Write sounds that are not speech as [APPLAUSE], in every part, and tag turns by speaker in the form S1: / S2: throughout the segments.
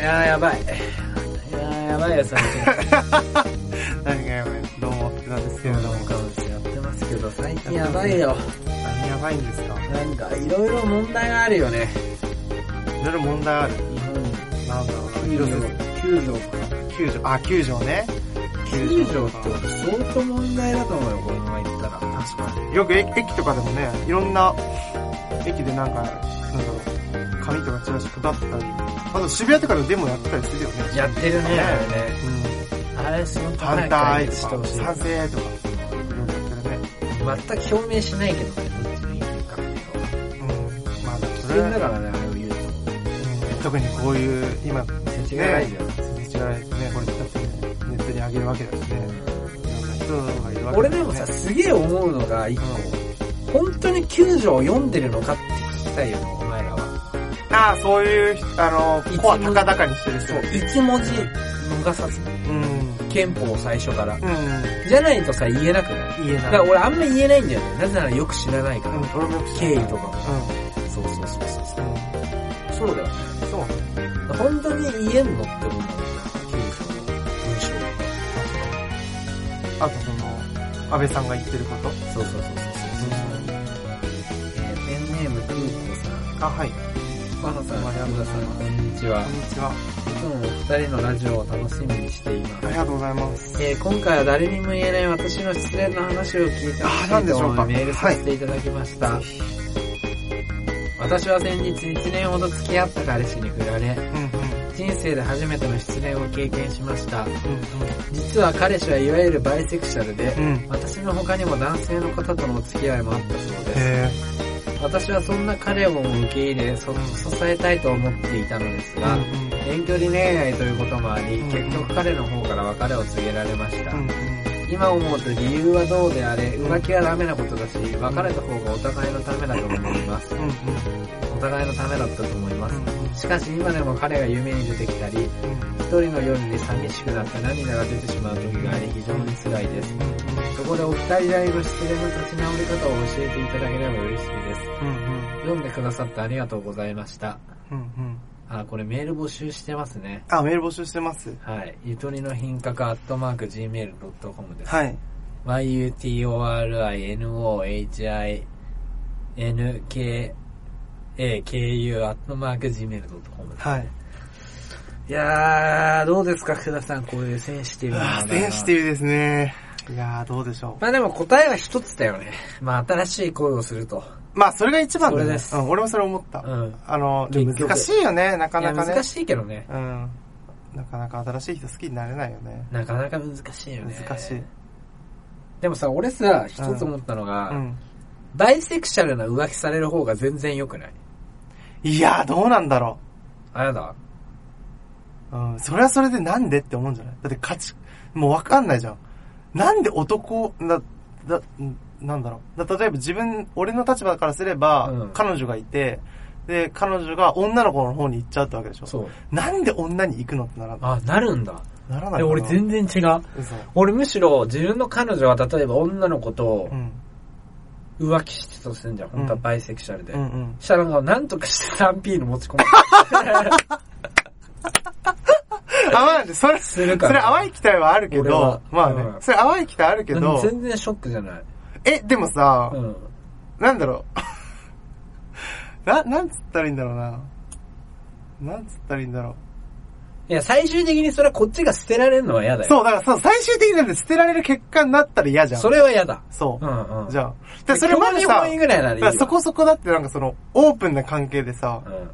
S1: やーやばい。いやーやばいよ、最
S2: 何がやばいどうも、福田ですけ
S1: 近。
S2: れども。
S1: カウチやってますけど、最近やばいよ。
S2: 何やばいんですか
S1: なんか、いろいろ問題があるよね。
S2: いろいろ問題ある。
S1: 日本、
S2: なんだろうな。
S1: 九条
S2: 広瀬、、
S1: 九条
S2: 九条、あ、九条ね。
S1: 九条って相当問題だと思うよ、このまま行ったら。確かに。
S2: よく駅駅とかでもね、いろんな、駅でなんか、なんだろう、紙とかチラシ配ってたり、あと渋谷とかでデモやってたりするよね。
S1: やってるね、あれね。
S2: うん。
S1: あれ、その
S2: 反対
S1: し
S2: と
S1: てほ
S2: か、
S1: しい。
S2: 賛成とか、いろいろやってるね。
S1: 全く表明しないけどね、どっちの意見かっていうのは。
S2: うん。まあ、
S1: 危
S2: それ
S1: 険
S2: は
S1: だからね、あれを言うと。
S2: うん特にこういう、今、
S1: 全然ないじゃん。
S2: すれ違われてね、これ使ってネットに上げるわけだしね。いろんな人がいるわけだしね
S1: 俺でもさ、すげえ思うのが、一個、本当に九条を読んでるのかって聞きたいよね、お前らは。
S2: ああ、そういう、あの、コア高々にしてる人。
S1: そう、一文字逃さず、
S2: うん。うん。
S1: 憲法最初から。じゃないとさ、言えなくない
S2: 言え
S1: だ
S2: な
S1: か
S2: い。
S1: ら
S2: うん、
S1: 俺あんま言えないんだよね。なぜならよく知らないから。
S2: 俺もよく知ら
S1: 経
S2: ない
S1: 緯とかも。そうそうそうそう
S2: うん。
S1: そう。そうだよね。
S2: うん。そうね。
S1: 本当に言えんのって思うんだよね。九条の文章が。
S2: あとその、安倍さんが言ってること。
S1: そうそうそうそうそう。ペンネームくーこさん。
S2: あ、はい。
S1: マハさん、山田さん、こんにちは
S2: こん。にちは。
S1: いつもお二人のラジオを楽しみにしていま
S2: あり
S1: す。
S2: がとうございます。
S1: えー今回は誰にも言えない私の失恋の話を聞いてほし
S2: あーなん
S1: い
S2: で
S1: と
S2: しょ
S1: 思
S2: うか
S1: いメールさせていただきました。私は先日1年ほど付き合った彼氏に振られ、
S2: うんうん。うん
S1: 人生で初めての失恋を経験しました。実は彼氏はいわゆるバイセクシャルで、
S2: うん。うん。
S1: 私の他にも男性の方とのお付き合いもあったそうです。
S2: へ
S1: 私はそんな彼をも受け入れ、そ支えたいと思っていたのです
S2: ぇ
S1: が、
S2: うん
S1: 遠距離恋愛ということもあり、
S2: うん
S1: 結局彼の方から別れを告げられました。
S2: うん。
S1: 今思うと理由はどうであれ、浮気はダメなことだし、別れた方がお互いのためだと思います。
S2: うん。うん。
S1: お互いのためだったと思いま
S2: うん。
S1: す。しかし今でも彼が夢に出てきたり、一人の夜に寂しくなって涙が出てしまう時があり、非常に辛いです。そこでお二人なりの失恋の立ち直り方を教えていただければ嬉しいです。
S2: うん。うん。
S1: 読んでくださってありがとうございました。
S2: うん。うん。
S1: あ、これメール募集してますね。
S2: あ、メール募集してます。
S1: はい。ゆとりの品格アットマーク gmail.com です。
S2: はい。
S1: yutorinohinkaku アットマーク gmail.com です。
S2: はい。
S1: いやー、どうですか、福田さん、こういうセンシティブな
S2: あ
S1: 話
S2: ー、センシティブですね。いやー、どうでしょ
S1: まあでも答えは一つだよね。まあ新しい恋をすると。
S2: う。まあ、それが一番だね
S1: それです
S2: うん、俺もそれ思った。
S1: うん。
S2: あの、でも
S1: 結局
S2: 難しいよね、なか
S1: い
S2: な
S1: や、
S2: かね
S1: 難。しいけどね。
S2: うん。なかなか新しい人好きになれないよね。
S1: なかなか難しいよね。
S2: 難しい。。
S1: でもさ、俺さ、一つ思ったのが、
S2: うん。
S1: バイセクシャルな浮気される方が全然良くない
S2: いやー、どうなんだろ
S1: あやだ。
S2: う。うん。それはそれでなんでって思うんじゃないだって価値、もうわかんないじゃん。なんで男、な、だ、んなんだろう。だ例えば自分、俺の立場からすれば、
S1: うん
S2: 彼女がいて、で、彼女が女の子の方に行っちゃうってわけでしょ。
S1: そう。
S2: なんで女に行くのってならな
S1: あ、なるんだ。
S2: ならないか
S1: で
S2: な
S1: 俺全然違う。
S2: 嘘。
S1: 俺むしろ自分の彼女は例えば女の子と
S2: うん。
S1: 浮気してたとするんじゃん。
S2: うん
S1: 本当はバイセクシャルで。
S2: うんうん。
S1: したらなんか、なんとかして 3P の持ち込み
S2: あ、まあ、それ、
S1: するか
S2: それ
S1: ら。
S2: 淡い期待はあるけ
S1: 俺
S2: ど
S1: は、
S2: まあね
S1: う、ん
S2: それ淡い期待あるけど、
S1: 全然ショックじゃない。
S2: え、でもさ
S1: う、ん。
S2: なんだろう。 [LAUGHS] な、なんつったらいいんだろうな。なんつったらいいんだろ
S1: いや、最終的にそれはこっちが捨てられるのは嫌だ
S2: う。
S1: よ。
S2: そう、だからそう、最終的になんて捨てられる結果になったら嫌じゃん。
S1: それは嫌だ。
S2: そうう。
S1: んうん。
S2: じ
S1: ゃ
S2: ゃあ。で、それまでさ、
S1: 本位ぐらいならいい
S2: だか
S1: わ
S2: らそこそこだってなんかその、オープンな関係でさ
S1: う、ん。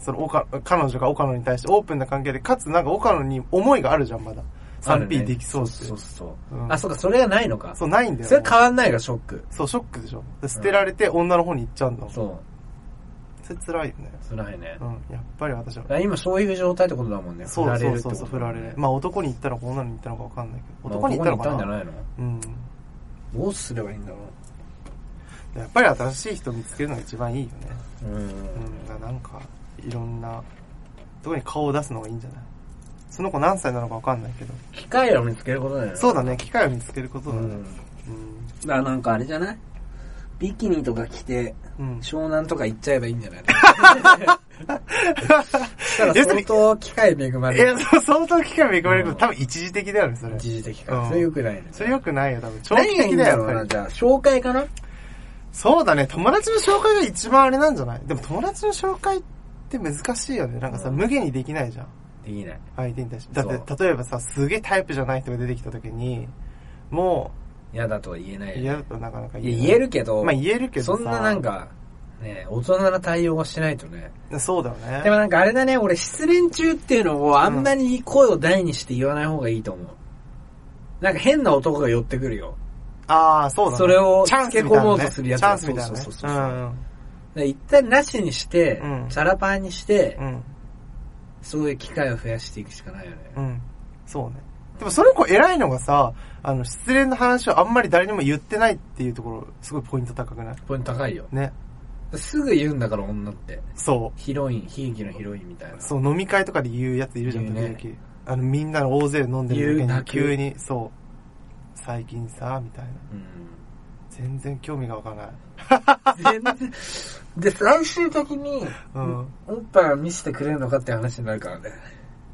S2: その、おか彼女が岡野に対してオープンな関係で、かつなんか岡野に思いがあるじゃん、まだ。
S1: あるね
S2: 3P できそうって
S1: そ。うそうそう。
S2: うん
S1: あ、そうか、それがないのか。
S2: そう、ないんだよ。
S1: それ変わんないがショック。
S2: そう、ショックでしょ。で捨てられて女の方に行っちゃうんだもん。そ
S1: そ
S2: れ辛いよね。
S1: う。辛いね
S2: う。ん、やっぱり私は。
S1: 今そういう状態ってことだもんね。
S2: そうそうそうそう、
S1: 振
S2: 振
S1: ら
S2: ら
S1: れ
S2: れ
S1: る
S2: る
S1: って。こと
S2: まあ男に言ったのか女に言ったのかわかんないけど。
S1: だもん
S2: 男
S1: ね
S2: に言ったの
S1: まあ
S2: か
S1: 男に行ったんじゃ
S2: な
S1: ないの
S2: うん。
S1: どうすればいいんだろ
S2: やっぱり新しい人見つけるのが一番いいよね。
S1: う。う
S2: うん。
S1: ん。
S2: だからなんか、いろんな、特に顔を出すのがいいんじゃないその子何歳なのかわかんないけど。
S1: 機械を見つけることだよね。
S2: そうだね、機会を見つけること
S1: う
S2: だね。
S1: ん。だか
S2: うん。
S1: らなんかあれじゃないビキニとか着て、
S2: うん。 [LAUGHS]
S1: 湘南とか行っちゃえばいいんじゃないしたら相当機会恵ま
S2: い
S1: れ
S2: や、
S1: る。
S2: そう相当期間見込まれること多分一時的だよね、それ。
S1: 一時的
S2: う
S1: か。
S2: ん
S1: それ良くないね。
S2: それ良くないよ、多分。長期
S1: 何がいい
S2: 的
S1: ん
S2: だ
S1: だ
S2: よ、
S1: ろう
S2: やっ
S1: な、
S2: ぱり
S1: じゃあ、紹介かな
S2: そうだね、友達の紹介が一番あれなんじゃないでも友達の紹介って難しいよね。なんかさ、
S1: うん
S2: 無限にできないじゃん。
S1: できない。
S2: 相手に対して。だ
S1: そ
S2: って、例えばさ、すげえタイプじゃない人が出てきた時に、も
S1: 嫌だとは言えな
S2: う、
S1: い。
S2: 嫌だとなかなか
S1: いや
S2: ない
S1: 言えるけど、
S2: まあ言えるけどさ
S1: そんななんか、ね、大人な対応はしないとね。
S2: そうだよね。
S1: でもなんかあれだね、俺失恋中っていうのをあんまり声を大にして言わない方がいいと思う。なんか変な男が寄ってくるよ。
S2: ああ、そうだ、ね。
S1: それを
S2: チャンスみたいな、ね、
S1: 付け込もうとするやつ
S2: チャンスみたいな、ね。
S1: そうそうそうそうん
S2: ん
S1: で一旦なしにして、
S2: うん
S1: チャラパンにして、
S2: うん。
S1: そういう機会を増やしていくしかないよね。
S2: うん。そうね。でもその子偉いのがさ、あの、失恋の話をあんまり誰にも言ってないっていうところ、すごいポイント高くない
S1: ポイント高いよ。
S2: ね。
S1: すぐ言うんだから女って。
S2: そ。
S1: ヒロイン、悲劇のヒロインみたいうな。
S2: そう、飲み会とかで言うやついるじゃん、
S1: 言
S2: 時
S1: うね
S2: 々。あの、みんなの大勢で飲んでる
S1: 言う
S2: 時に
S1: 泣く
S2: 急に、そう。最近さ、みたいな。
S1: うん。
S2: 全然興味がわからない。
S1: 全然 [LAUGHS] で、最終的に、
S2: うん。
S1: おっぱいを見せてくれるのかって話になるからね。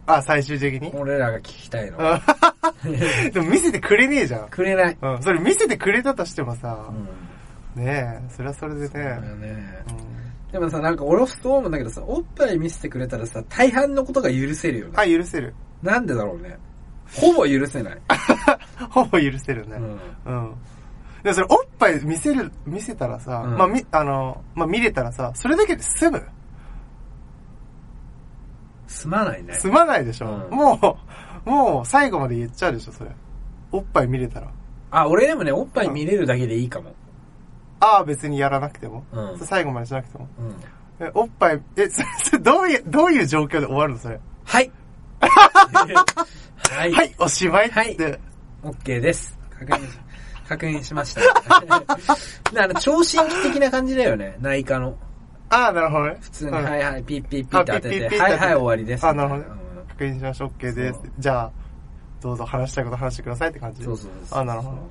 S2: あ、最終的に
S1: 俺らが聞きたいのは。
S2: あ [LAUGHS] でも見せてくれねえじゃん。
S1: くれない。
S2: うん。それ見せてくれたとしてもさ
S1: う、ん。
S2: ねえ、それはそれで
S1: だよ
S2: ね。
S1: ね
S2: うん
S1: でもさ、なんか俺はそう思うんだけどさ、おっぱい見せてくれたらさ、大半のことが許せるよね。
S2: あ、許せる。 [LAUGHS]
S1: なんでだろうね。ほぼ許せない。
S2: ほぼ許せるね。
S1: うん。
S2: うん。で、それ、おっぱい見せる、見せたらさ、
S1: うん
S2: まあ、み、あの、まあ、見れたらさ、それだけで済む
S1: すまないね。
S2: 済まないでしょ、
S1: うん
S2: もう、もう、最後まで言っちゃうでしょ、それ。おっぱい見れたら。
S1: あ、俺でもね、おっぱい見れるだけでいいかも。
S2: ああ、別にやらなくても、
S1: うん
S2: 最後までしなくても。
S1: うん。
S2: え、おっぱい、え、そそれ、どういう、どういう状況で終わるの、それ。
S1: はい。は
S2: [LAUGHS]
S1: い。
S2: はい、おしまいって。
S1: はい OK です。確認し、確認しました。 [LAUGHS] あの、聴診器的な感じだよね。内科の。
S2: ああ、なるほどね。
S1: 普通に、
S2: うん
S1: はいはい、ピッピッピッって当て
S2: あピッピッピッって
S1: て、
S2: 当
S1: は
S2: て
S1: い
S2: て
S1: はい終わりです。
S2: あなるほどね
S1: うん
S2: 確認しましょう、OK です
S1: そう。
S2: じゃあ、どうぞ話したいこと話してくださいって感じ。
S1: そうそうそう。
S2: あ、なるほど。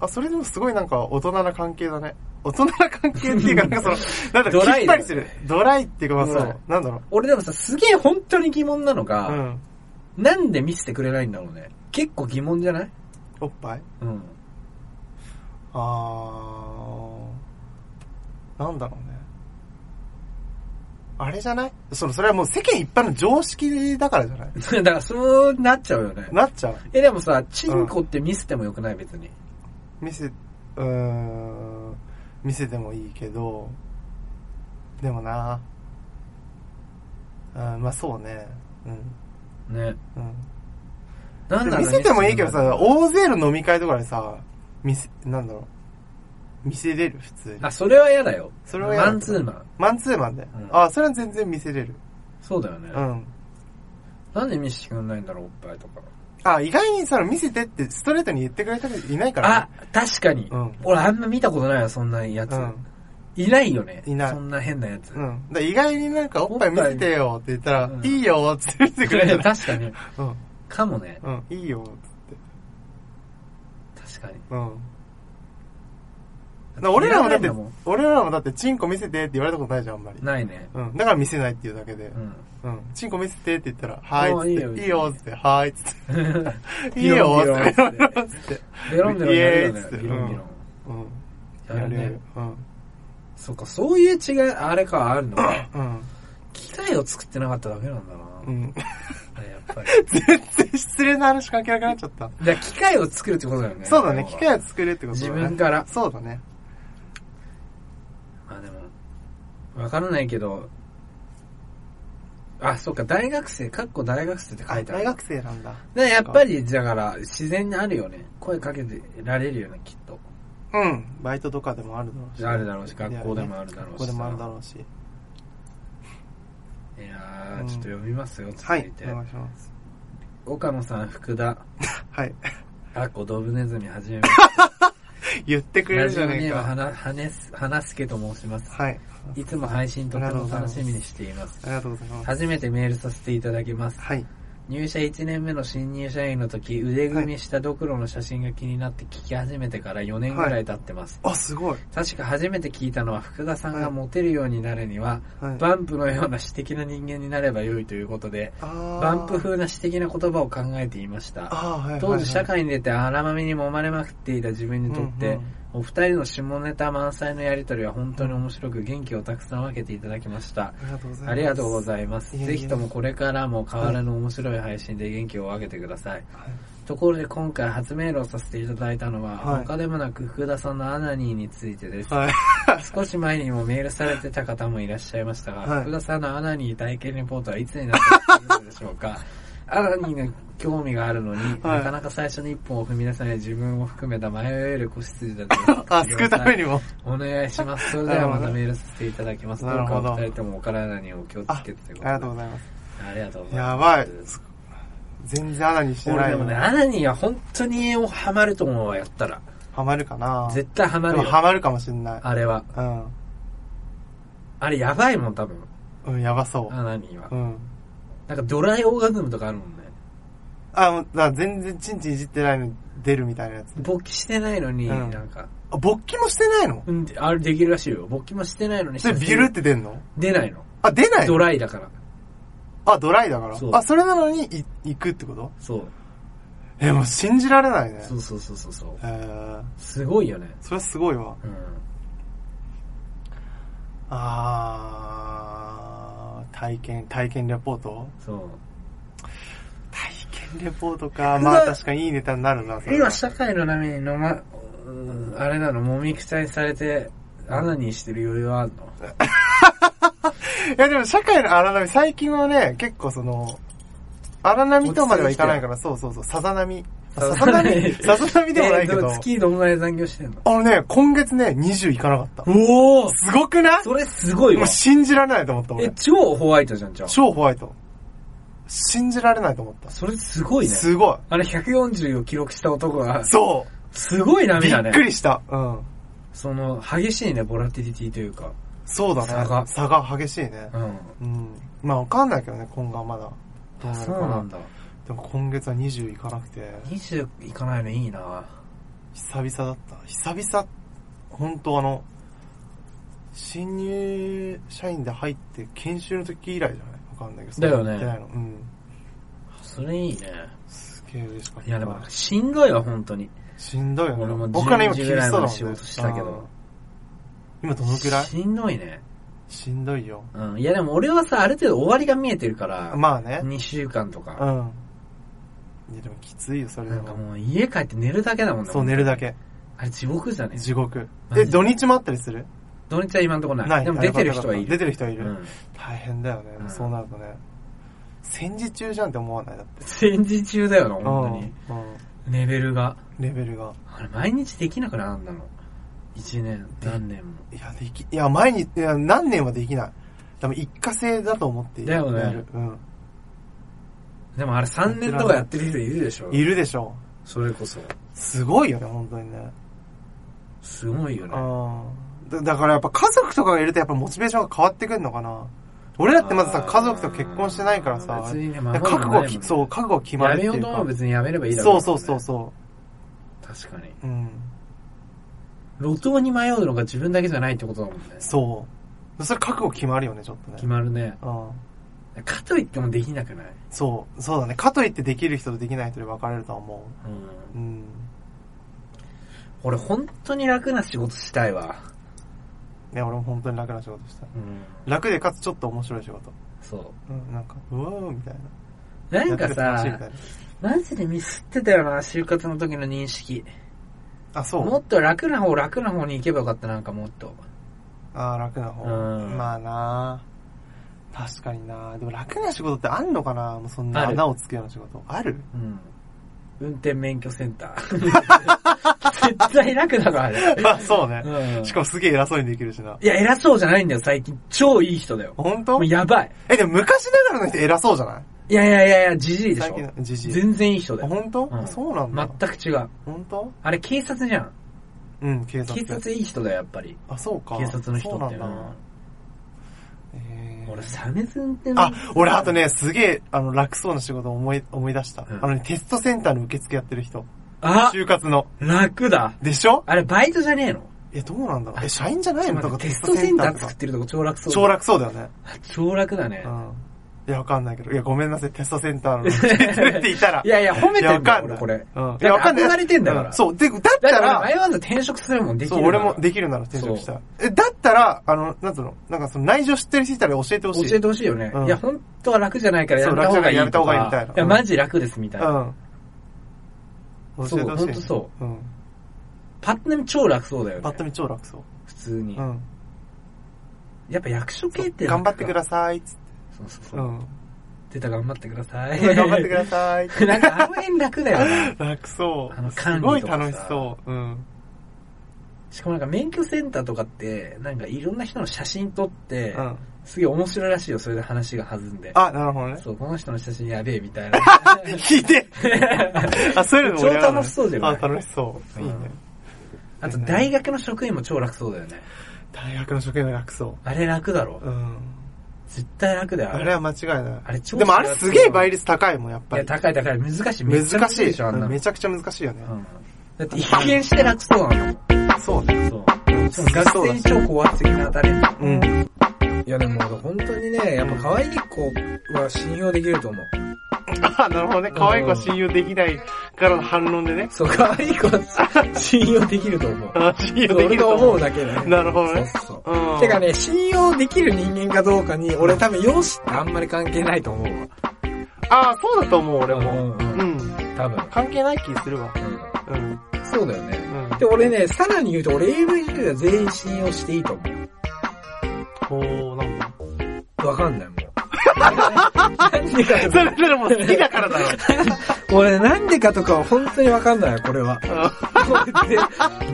S2: あ、それでもすごいなんか大人な関係だね。 [LAUGHS] 大人な関係っていうか、なんかその、なん
S1: ド
S2: だろ
S1: ラ
S2: う、き
S1: イ
S2: っぱ
S1: だね
S2: りする。ドライっていうか、まあそ
S1: ドライ
S2: う、なんだろ
S1: 俺でもさ、すげえ本当に疑問なの
S2: う。う
S1: が、
S2: ん。
S1: なんで見せてくれないんだろうね。結構疑問じゃない
S2: おっぱい
S1: うん。 [LAUGHS]
S2: あー。なんだろうね。あれじゃないその、それはもう世間一般の常識だからじゃない
S1: だからそうなっちゃうよね。
S2: なっちゃう。
S1: え、でもさ、チンコって見せてもよくない別に。
S2: 見せ、うーん、見せてもいいけど、でもな、うん、まあそうね。うん。
S1: ね。
S2: うん
S1: なんだろう
S2: 見
S1: ね
S2: せてもいいけど
S1: 見
S2: さ、
S1: せても
S2: 大勢の飲み会とかでさ、見せ、なんだろう。見せれる、普通に
S1: あ、。それは嫌だよ。
S2: それは嫌だ
S1: マンツーマン。
S2: マンツーマンで。
S1: ん
S2: あ、それは全然見せれる。
S1: そうだよね。
S2: うん。
S1: なんで見せてくれないんだろう、おっぱいとか。
S2: あ、意外にその見せてってストレートに言ってくれる人いないから、
S1: あ
S2: ね。、
S1: 確かに
S2: うん。
S1: 俺あんま見たことないわ、そんなやつ
S2: う。ん。
S1: いないよね。
S2: いない
S1: そんな変なやつ。
S2: うん。だから意外になんかおっぱい見せてよって言ったら、
S1: おっぱい
S2: いいよって言ってくれるじゃない。
S1: 確かに。
S2: うん。
S1: かもね。
S2: うん。いいよって
S1: 確かに。
S2: 言って。うん。だから俺らもだっ
S1: い
S2: て
S1: らないんだもん、
S2: 俺らもだってチンコ見せてって言われたことないじゃん、あんまり。
S1: ないね。
S2: うん。だから見せないっていうだけで。
S1: うん。
S2: う
S1: [LAUGHS]
S2: ん。チンコ見せてって言ったら、はーいっつ
S1: あ
S2: っ
S1: ー
S2: て、
S1: い
S2: いいよ
S1: いよいいよ
S2: っつって、はーいっつって、
S1: い
S2: い
S1: い
S2: い
S1: よ
S2: よ
S1: いいよ
S2: っつって、つって。
S1: ベロンベロンやるよ
S2: イエーイっつっ
S1: ね。
S2: て
S1: ビロンビロン。
S2: うん。
S1: や
S2: や
S1: る
S2: る
S1: ね
S2: ね。うん。
S1: そっか、そういう違い、あれか、あるの
S2: [COUGHS]
S1: か。
S2: うん。
S1: 機械を作ってなかっただけなんだな。
S2: うん。 [LAUGHS]
S1: やっぱり。
S2: 全然失礼な話関係なくなっちゃった。
S1: だから機械を作るってことだよね。
S2: そうだね。
S1: 要は
S2: 機械を作るってことだね。
S1: 自分から
S2: そうだね。
S1: まあでも、わからないけど、あ、そっか、大学生、かっこ大学生って書
S2: あ
S1: いてあ
S2: 大
S1: る。
S2: 学生なんだ。
S1: でやっぱり、だから、自然にあるよね。声かけてられるよね、きっと。
S2: うん。バイトとかでもあるだろうし。
S1: あるだろうし学校でもあるだろうし
S2: 学校でもあるだろうし。
S1: い
S2: う
S1: やー、
S2: ん
S1: ちょっと読みますよ、
S2: は
S1: 続い
S2: い。
S1: て。
S2: お願いします。
S1: 岡野さん、福田、
S2: はい。
S1: あっこ、ドブネズミはじめ
S2: 言ってく
S1: ま、
S2: れ
S1: ラ
S2: る
S1: ジ
S2: じゃ
S1: オ
S2: ねえ
S1: ネームは
S2: か。
S1: な、はねす、はなすけと申します。
S2: はい。
S1: いつも配信とても楽しみにしています。
S2: ありがとうございます。
S1: 初めてメールさせていただきます。
S2: はい。
S1: 入社1年目の新入社員の時、腕組みしたドクロの写真が気になって聞き始めてから4年ぐらい経ってます。
S2: あ、すごい。
S1: 確か初めて聞いたのは福田さん
S2: は
S1: が
S2: い
S1: モテるようになるには、
S2: はい。
S1: バンプのような詩的な人間になれば良いということで、バ
S2: バ
S1: ンプ風な詩的な言葉を考えていました。
S2: あーはいはいはい
S1: 当時社会に出て荒波に揉まれまくっていた自分にとって、
S2: うんうん
S1: お二人の下ネタ満載のやりとりは本当に面白く元気をたくさん分けていただきまし
S2: あ
S1: た。
S2: りがとうございます。
S1: ありがとうご
S2: い
S1: ざいます。
S2: いえいえ
S1: ぜひともこれからも変わらぬ面白い配信で元気を分けてください。
S2: ます。
S1: ところで今回初メールをさせていただいたのは、
S2: はい
S1: 他でもなく福田さんのアナニーについてです。
S2: はい。
S1: 少し前にもメールされてた方もいらっしゃいましたが、
S2: はい
S1: 福田さんのアナニー体験レポートはいつになってくるのでしょう
S2: [LAUGHS]
S1: かアナニーの興味があるのに、
S2: はい
S1: なかなか最初に一歩を踏み出さない自分を含めた迷える子羊だと
S2: あ、救うためにも。
S1: お願いします。それでは
S2: な
S1: ま
S2: るほ
S1: た
S2: ど
S1: メールさせていただきます。どう
S2: なる
S1: か
S2: ほど
S1: お二人ともお体にお気をつ
S2: あ、あ
S1: けて
S2: り
S1: ということで。
S2: がとうございます。
S1: ありがとうございます。
S2: やばい。全然穴にしてな
S1: 俺
S2: い
S1: で
S2: の
S1: もね、アナニーは本当にハマると思うわ、やったら。
S2: ハマるかな
S1: 絶対ハマ
S2: で
S1: る
S2: も
S1: よ。
S2: ハマるかもしんない。
S1: あれは。
S2: うん。
S1: あれやばいもん、多分。
S2: うん、やばそ
S1: アナニーは
S2: う。う。ん。
S1: なんかドライオーガズムとかあるもんね。
S2: あ、もうだから全然チンチンいじってないのに出るみたいなやつ。
S1: 勃起してないのに、
S2: うん
S1: なんか、
S2: あ、勃起もしてないの
S1: うん、あれできるらしいよ。勃起もしてないのに、
S2: それビュルって出んの
S1: 出ないの。
S2: あ、出ないの
S1: ドライだから。
S2: あ、ドライだから
S1: そう。
S2: あ、それなのにい行くってこと
S1: そう。
S2: え、もう信じられないね。
S1: そうそうそうそうそう。
S2: えー、
S1: すごいよね。
S2: それはすごいわ。
S1: うん。
S2: あー、体験、体験レポート
S1: そう。
S2: 体験レポートか。
S1: う
S2: [LAUGHS] まあ
S1: わ
S2: 確かにいいネタになるな、それは
S1: 今、。社会の波に飲ま、うんあれなの、もみくちゃにされて、アナニーしてる余裕はあんの
S2: いやでも社会の荒波、最近はね、結構その、荒波とまではいかないから、そうそうそう、さざ波。さざ [LAUGHS] 波さざ波でもないけ
S1: え
S2: ど
S1: も。月どんぐらい残業してんの
S2: あのね、今月ね、20いかなかった。
S1: おお
S2: すごくない
S1: それすごい
S2: も
S1: わ
S2: う。信じられないと思った、
S1: え
S2: 俺、。
S1: 超ホワイトじゃん、じゃあ。
S2: 超ホワイト。信じられないと思った。
S1: それすごいね。
S2: すごい。
S1: あれ140を記録した男が、
S2: そ。
S1: すごいう波
S2: び
S1: だ
S2: っ
S1: ね。
S2: くりした。うん。
S1: その、激しいね、ボラティリティというか。
S2: そうだね。
S1: 差が
S2: 差が激しいね
S1: う。ん。
S2: うん。まあわかんないけどね、今後はまだ。ど
S1: あ
S2: うなる
S1: そ
S2: か
S1: うな。
S2: なん
S1: だ。
S2: でも今月は20いかなくて、
S1: 20いかないのいいな
S2: 久々だった。久々、本当あの、新入社員で入って研修の時以来じゃないわかんないけど。
S1: だよね
S2: やってないの。うん。
S1: それいいね。
S2: すげえ嬉しかった。
S1: いや、でも、しんどいわ、本当に。
S2: しんどいよね。
S1: 俺も
S2: 僕はね、今厳しそうだもんね。
S1: 10時ぐらいまで仕事したけど
S2: うん。今どのくらい
S1: しんどいね。
S2: しんどいよ。
S1: うん。いや、でも俺はさ、ある程度終わりが見えてるから、
S2: まあね。
S1: 2週間と
S2: う
S1: か。
S2: ん。いや、でもきついよ、それで
S1: なんか
S2: も。
S1: もう家帰って寝るだけだもんね。
S2: そう、寝るだけ。
S1: あれ地獄じゃね
S2: 地獄。
S1: マジ
S2: え、
S1: で
S2: 土日もあったりする
S1: 土日は今んとこない。
S2: ない。
S1: でも出てる人はいる。
S2: 出てる人はいうる。
S1: ん。
S2: 大変だよね、もう
S1: うん
S2: そうなるとね。戦時中じゃんって思わないだって。
S1: 戦時中だよな、
S2: うん
S1: 本当に。
S2: うん。
S1: レベルが。
S2: レベルが。
S1: あれ、毎日できなくなるんだの。1年、何年も。
S2: いや、でき、いや、前に、いや、何年はできない。多分、一過性だと思って
S1: だよね
S2: やる。うん。
S1: でもあれ3年とかやってる人いるでしょ
S2: いるでしょ
S1: それこそ。
S2: う。すごいよね、本当にね。
S1: すごいよね。
S2: うんだだからやっぱ家族とかがいるとやっぱモチベーションが変わってくるのかな。俺だってまずさ、
S1: あー
S2: 家族と結婚してないからさ、
S1: 別にね、
S2: だから
S1: 守る
S2: 覚
S1: も
S2: 悟は
S1: ないもんね
S2: き、そう、覚悟は決まるって
S1: や
S2: い
S1: め
S2: う
S1: ようと思えば
S2: か。
S1: 別にやめればいいだろ
S2: そうそうそう
S1: う
S2: そ
S1: からね。確かに。
S2: う。うん。
S1: 路頭に迷うのが自分だけじゃないってことだもんね。
S2: そう。それ覚悟決まるよね、ちょっと
S1: 決
S2: ね。
S1: まるね。
S2: うん。
S1: かといってもできなくない
S2: そう、そうだね。かといってできる人とできない人で分かれるとは思
S1: うん。
S2: う。うん。
S1: 俺本当に楽な仕事したいわ。
S2: ね、俺も本当に楽な仕事したい。
S1: うん。
S2: 楽でかつちょっと面白い仕事。
S1: そう。
S2: うん、なんか、うわーみたいな。
S1: なんか
S2: やって
S1: さ
S2: て楽しいみた、いな
S1: マジでミスってたよな、就活の時の認識。
S2: あ、そう。
S1: もっと楽な方、楽な方に行けばよかった、なんかもっと。
S2: ああ、楽な方。
S1: うん
S2: まあな確かになでも楽な仕事ってあんのかなもうそん
S1: あ
S2: な
S1: る
S2: 穴をつくような仕事。ある
S1: うん。運転免許センター。絶対楽だろ、あれ。
S2: [LAUGHS] あ、そうね。
S1: うん
S2: しかもすげえ偉そうにできるしな。
S1: いや、偉そうじゃないんだよ、最近。超いい人だよ。
S2: 本
S1: も
S2: 当
S1: うやばい。
S2: え、でも昔ながらの人偉そうじゃない
S1: いやいやいやいや、じじいでし
S2: 最
S1: ょ
S2: 近。の、じじい。
S1: 全然いい人だよ。
S2: 本当、
S1: うん
S2: そうなんだ。
S1: 全く違う。
S2: 本当
S1: あれ、警察じゃん。
S2: うん、警察。
S1: 警察いい人だよ、やっぱり。
S2: あ、そうか。
S1: 警察の人
S2: そう
S1: っ
S2: な
S1: て。
S2: んだ。
S1: うん
S2: え
S1: 俺、サメズンってな
S2: あ、俺あとね、すげえ、あの、楽そうな仕事を思い、思い出した。
S1: うん
S2: あのね、テストセンターの受付やってる人。
S1: あ、
S2: 就活の。
S1: 楽だ。
S2: でしょ
S1: あれ、バイトじゃねえの
S2: え、どうなんだろうえ、社員じゃない
S1: ちょ
S2: の
S1: っと
S2: とか
S1: 待ってテストセンター
S2: と
S1: 作っ
S2: か。
S1: てるとこ超楽そう。
S2: 超。楽そうだよね。
S1: 超楽だね
S2: う。ん。いや、わかんないけど。いや、ごめんなさい、テストセンター
S1: [LAUGHS]
S2: の受付やってるっていたら。
S1: いやいや、褒め
S2: いや、
S1: て
S2: わ
S1: んだ
S2: か
S1: よ、
S2: んな
S1: 俺、
S2: い。
S1: これ。
S2: うん。い
S1: いや、
S2: や、わ
S1: わ
S2: か
S1: か
S2: ん
S1: ん
S2: ない。
S1: ない。憧れてんだか
S2: う
S1: ら。う。
S2: そう、で、だっ
S1: だったて俺、
S2: ら、
S1: 迷わず転職するもん、できる
S2: そ
S1: か
S2: う、
S1: ら。
S2: 俺もできるなら転職したい。え、だったら、あの、なんつうの、なんかその内情知ってる人いたら教えてほしい。
S1: 教えてほしいよね
S2: うん。
S1: いや、本当は楽じゃないからや
S2: そう
S1: めた方がい
S2: 楽じゃない
S1: い。
S2: やめた方がいいみたいない
S1: や、マジ楽です、みたいな。
S2: うん。
S1: そう、ほんと
S2: う。
S1: そう。
S2: うん。
S1: パッと見超楽そうだよね。
S2: パッと見超楽そう。
S1: 普通に
S2: う。ん。
S1: やっぱ役所系って
S2: 頑張ってく
S1: さ
S2: ださいっつって。
S1: い。そうそう
S2: う
S1: そう。
S2: ん。
S1: 出た頑張ってください。
S2: 頑張ってください。
S1: さい。 [LAUGHS] なんかあの辺楽だよね。
S2: 楽そ
S1: あの
S2: う。す
S1: 管
S2: ごい
S1: 理とかさ
S2: 楽しそう。うん。
S1: しかもなんか免許センターとかって、なんかいろんな人の写真撮って、
S2: うん。
S1: すげえ面白いらしいよ、それで話が弾んで。
S2: あ、なるほどね。
S1: そう、この人の写真やべえみた
S2: [LAUGHS]
S1: いな。
S2: 聞いてあ、そういうのも俺
S1: 超楽しそうじゃない
S2: あ、楽しそう。いいね
S1: う。んあと大学の職員も超楽そうだよね。
S2: 大学の職員が楽そ
S1: あれ楽だろ
S2: う。う。ん。
S1: 絶対楽だよ、
S2: あれは間違いない。
S1: あれ超
S2: でもあれすげえ倍率高いもん、やっ
S1: い
S2: ぱ
S1: や、
S2: り。
S1: 高い高い。難しい。めっちゃ
S2: 難しい
S1: でしょ、あんなの。
S2: めちゃくちゃ難しいよね
S1: う。んだって一見して楽そうなの。
S2: そうね。
S1: そう。しかも学生に超高圧的な当たり。
S2: うん。
S3: いやでも本当にね、やっぱ可愛い子は信用できると思う。
S2: あ、なるほどね。可愛い子は信用できないからの反論でね。
S3: そう、可愛い子は信用できると思う。
S2: あ信用でき
S3: 俺
S2: ると
S3: が
S2: 思
S3: 思
S2: う
S3: う。だけだね。
S2: なるほどね。
S3: そうそう。
S2: うん。
S3: てかね、信用できる人間かどうかに、俺多分容姿ってあんまり関係ないと思うわ。
S2: ああ、そうだと思う、俺も。
S3: うんうん
S2: う。
S3: うん多分。
S2: 関係ない気するわ。うん。
S3: うん。そうだよね。
S2: うん。
S3: で、俺ね、さらに言うと、俺 AV 女優は全員信用していいと思
S2: こう、なんだ。
S3: う。わかんない、もう。なんでか
S2: それ、それもう好きだからだろ。 [LAUGHS]
S3: と、 [LAUGHS] 俺なんでかとかは本当にわかんないわ、これは。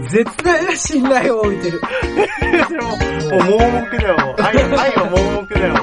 S3: 絶対な信頼を置いてる。
S2: それも、もう盲目だよ。愛、愛は盲目だよ。